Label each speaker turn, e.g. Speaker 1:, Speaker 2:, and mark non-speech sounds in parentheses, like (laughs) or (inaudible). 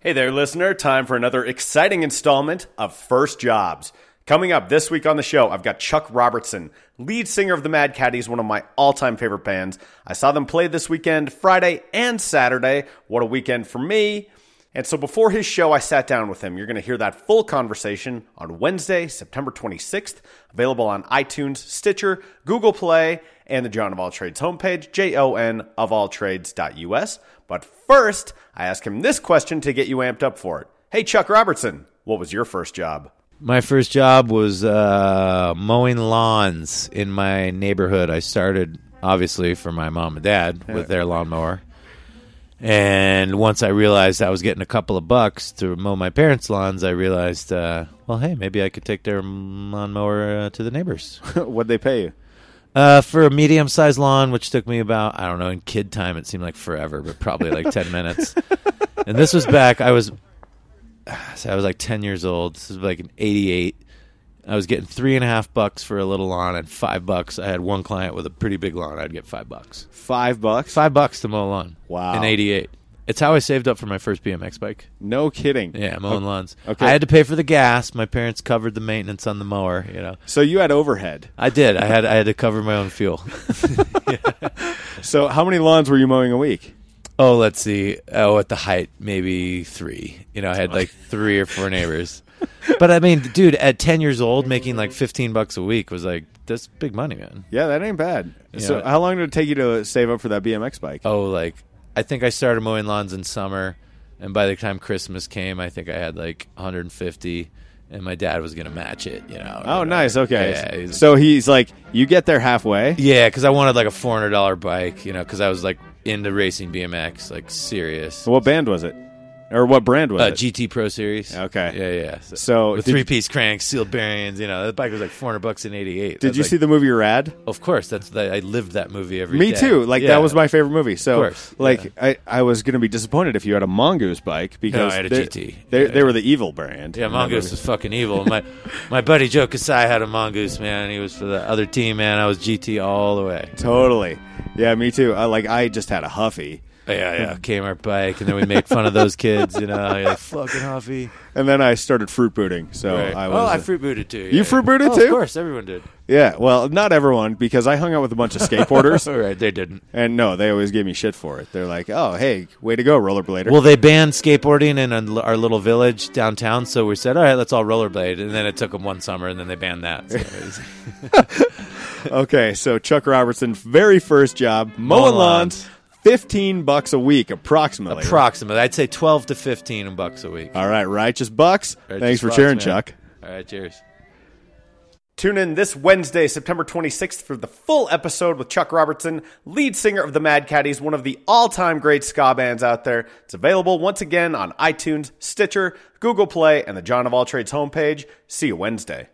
Speaker 1: Hey there, listener. Time for another exciting installment of First Jobs. Coming up this week on the show, I've got Chuck Robertson, lead singer of the Mad Caddies, one of my all time favorite bands. I saw them play this weekend, Friday and Saturday. What a weekend for me. And so before his show, I sat down with him. You're going to hear that full conversation on Wednesday, September 26th, available on iTunes, Stitcher, Google Play, and the John of All Trades homepage, jonofalltrades.us. But first, I ask him this question to get you amped up for it. Hey, Chuck Robertson, what was your first job?
Speaker 2: My first job was uh, mowing lawns in my neighborhood. I started obviously for my mom and dad with their lawnmower. And once I realized I was getting a couple of bucks to mow my parents' lawns, I realized, uh, well, hey, maybe I could take their lawnmower uh, to the
Speaker 3: (laughs)
Speaker 2: neighbors.
Speaker 3: What'd they pay you?
Speaker 2: Uh, for a medium sized lawn, which took me about, I don't know, in kid time, it seemed like forever, but probably like 10
Speaker 3: (laughs)
Speaker 2: minutes. And this was back, I was, so I was like 10 years old. This was like an 88. I was getting three and a half bucks for a little lawn and five bucks. I had one client with a pretty big lawn. I'd get five bucks.
Speaker 3: Five bucks?
Speaker 2: Five bucks to mow a lawn.
Speaker 3: Wow.
Speaker 2: In 88. It's how I saved up for my first BMX bike.
Speaker 3: No kidding.
Speaker 2: Yeah, mowing lawns.
Speaker 3: okay.
Speaker 2: I had to pay for the gas. My parents covered the maintenance on the mower, you know.
Speaker 3: So you had overhead.
Speaker 2: I did. I had I had to cover my own fuel.
Speaker 3: So how many lawns were you mowing a week?
Speaker 2: Oh, let's see. Oh, at the height, maybe three. You know, I had like three or four neighbors. (laughs) but I mean, dude, at ten years old, making like fifteen bucks a week was like that's big money, man.
Speaker 3: Yeah, that ain't bad. So
Speaker 2: Yeah.
Speaker 3: how long did it take you to save up for that BMX bike?
Speaker 2: Oh, like I think I started mowing lawns in summer, and by the time Christmas came, I think I had like 150, and my dad was gonna match it. You know. or
Speaker 3: Oh,
Speaker 2: whatever.
Speaker 3: nice. Okay.
Speaker 2: Yeah, he's-
Speaker 3: so he's like, you get there halfway.
Speaker 2: yeah, because I wanted like a four hundred dollar bike, you know, because I was like into racing BMX, like serious.
Speaker 3: So what band was it? Or what brand was
Speaker 2: Uh,
Speaker 3: it?
Speaker 2: GT Pro Series.
Speaker 3: Okay.
Speaker 2: Yeah, yeah. So,
Speaker 3: So
Speaker 2: with
Speaker 3: did-
Speaker 2: three piece cranks, sealed bearings. You know, that bike was like four hundred bucks in '88.
Speaker 3: Did you see the movie Rad?
Speaker 2: Of course, that's the, I lived that movie every
Speaker 3: Me
Speaker 2: day.
Speaker 3: too. Like
Speaker 2: Yeah.
Speaker 3: that was my favorite movie. So
Speaker 2: course,
Speaker 3: like I, I was gonna be disappointed if you had a mongoose bike because
Speaker 2: I had a
Speaker 3: they-
Speaker 2: GT.
Speaker 3: They,
Speaker 2: Yeah.
Speaker 3: they were the evil brand.
Speaker 2: Yeah,
Speaker 3: in that
Speaker 2: mongoose
Speaker 3: movie.
Speaker 2: was fucking evil. My my buddy Joe Kasai had a mongoose man. He was for the other team, man. I was GT all the way.
Speaker 3: Totally. Yeah, me too. I, like I just had a huffy.
Speaker 2: Yeah, yeah.
Speaker 3: (laughs)
Speaker 2: Kmart bike, and then we made fun of those kids. You know, You're like fucking huffy.
Speaker 3: And then I started fruit booting. So
Speaker 2: Right.
Speaker 3: I was
Speaker 2: oh, I fruit booted too.
Speaker 3: You
Speaker 2: yeah.
Speaker 3: fruit booted
Speaker 2: Oh,
Speaker 3: too?
Speaker 2: Of course, everyone did.
Speaker 3: Yeah, well, not everyone because I hung out with a
Speaker 2: (laughs)
Speaker 3: bunch of skateboarders
Speaker 2: All right, they didn't.
Speaker 3: and no, they always gave me shit for it. They're like, "Oh, hey, way to go, rollerblader."
Speaker 2: Well, they banned skateboarding in a- our little village downtown, so we said, "All right, let's all rollerblade." And then it took them one summer, and then they banned that. So it
Speaker 3: (laughs)
Speaker 2: was-
Speaker 3: okay, so Chuck Robertson very first job mowing
Speaker 2: Mowing
Speaker 3: lawns,
Speaker 2: lawns.
Speaker 3: 15 bucks a week approximately.
Speaker 2: approximately, I'd say twelve to fifteen bucks a week.
Speaker 3: All right, righteous bucks.
Speaker 2: Righteous
Speaker 3: Uh, Thanks for
Speaker 2: bucks,
Speaker 3: cheering,
Speaker 2: man.
Speaker 3: Chuck.
Speaker 2: All right, cheers.
Speaker 1: Tune in this Wednesday, September 26th, for the full episode with Chuck Robertson, lead singer of the Mad Caddies, one of the all time great ska bands out there. It's available once again on iTunes, Stitcher, Google Play, and the John of All Trades homepage. See you Wednesday.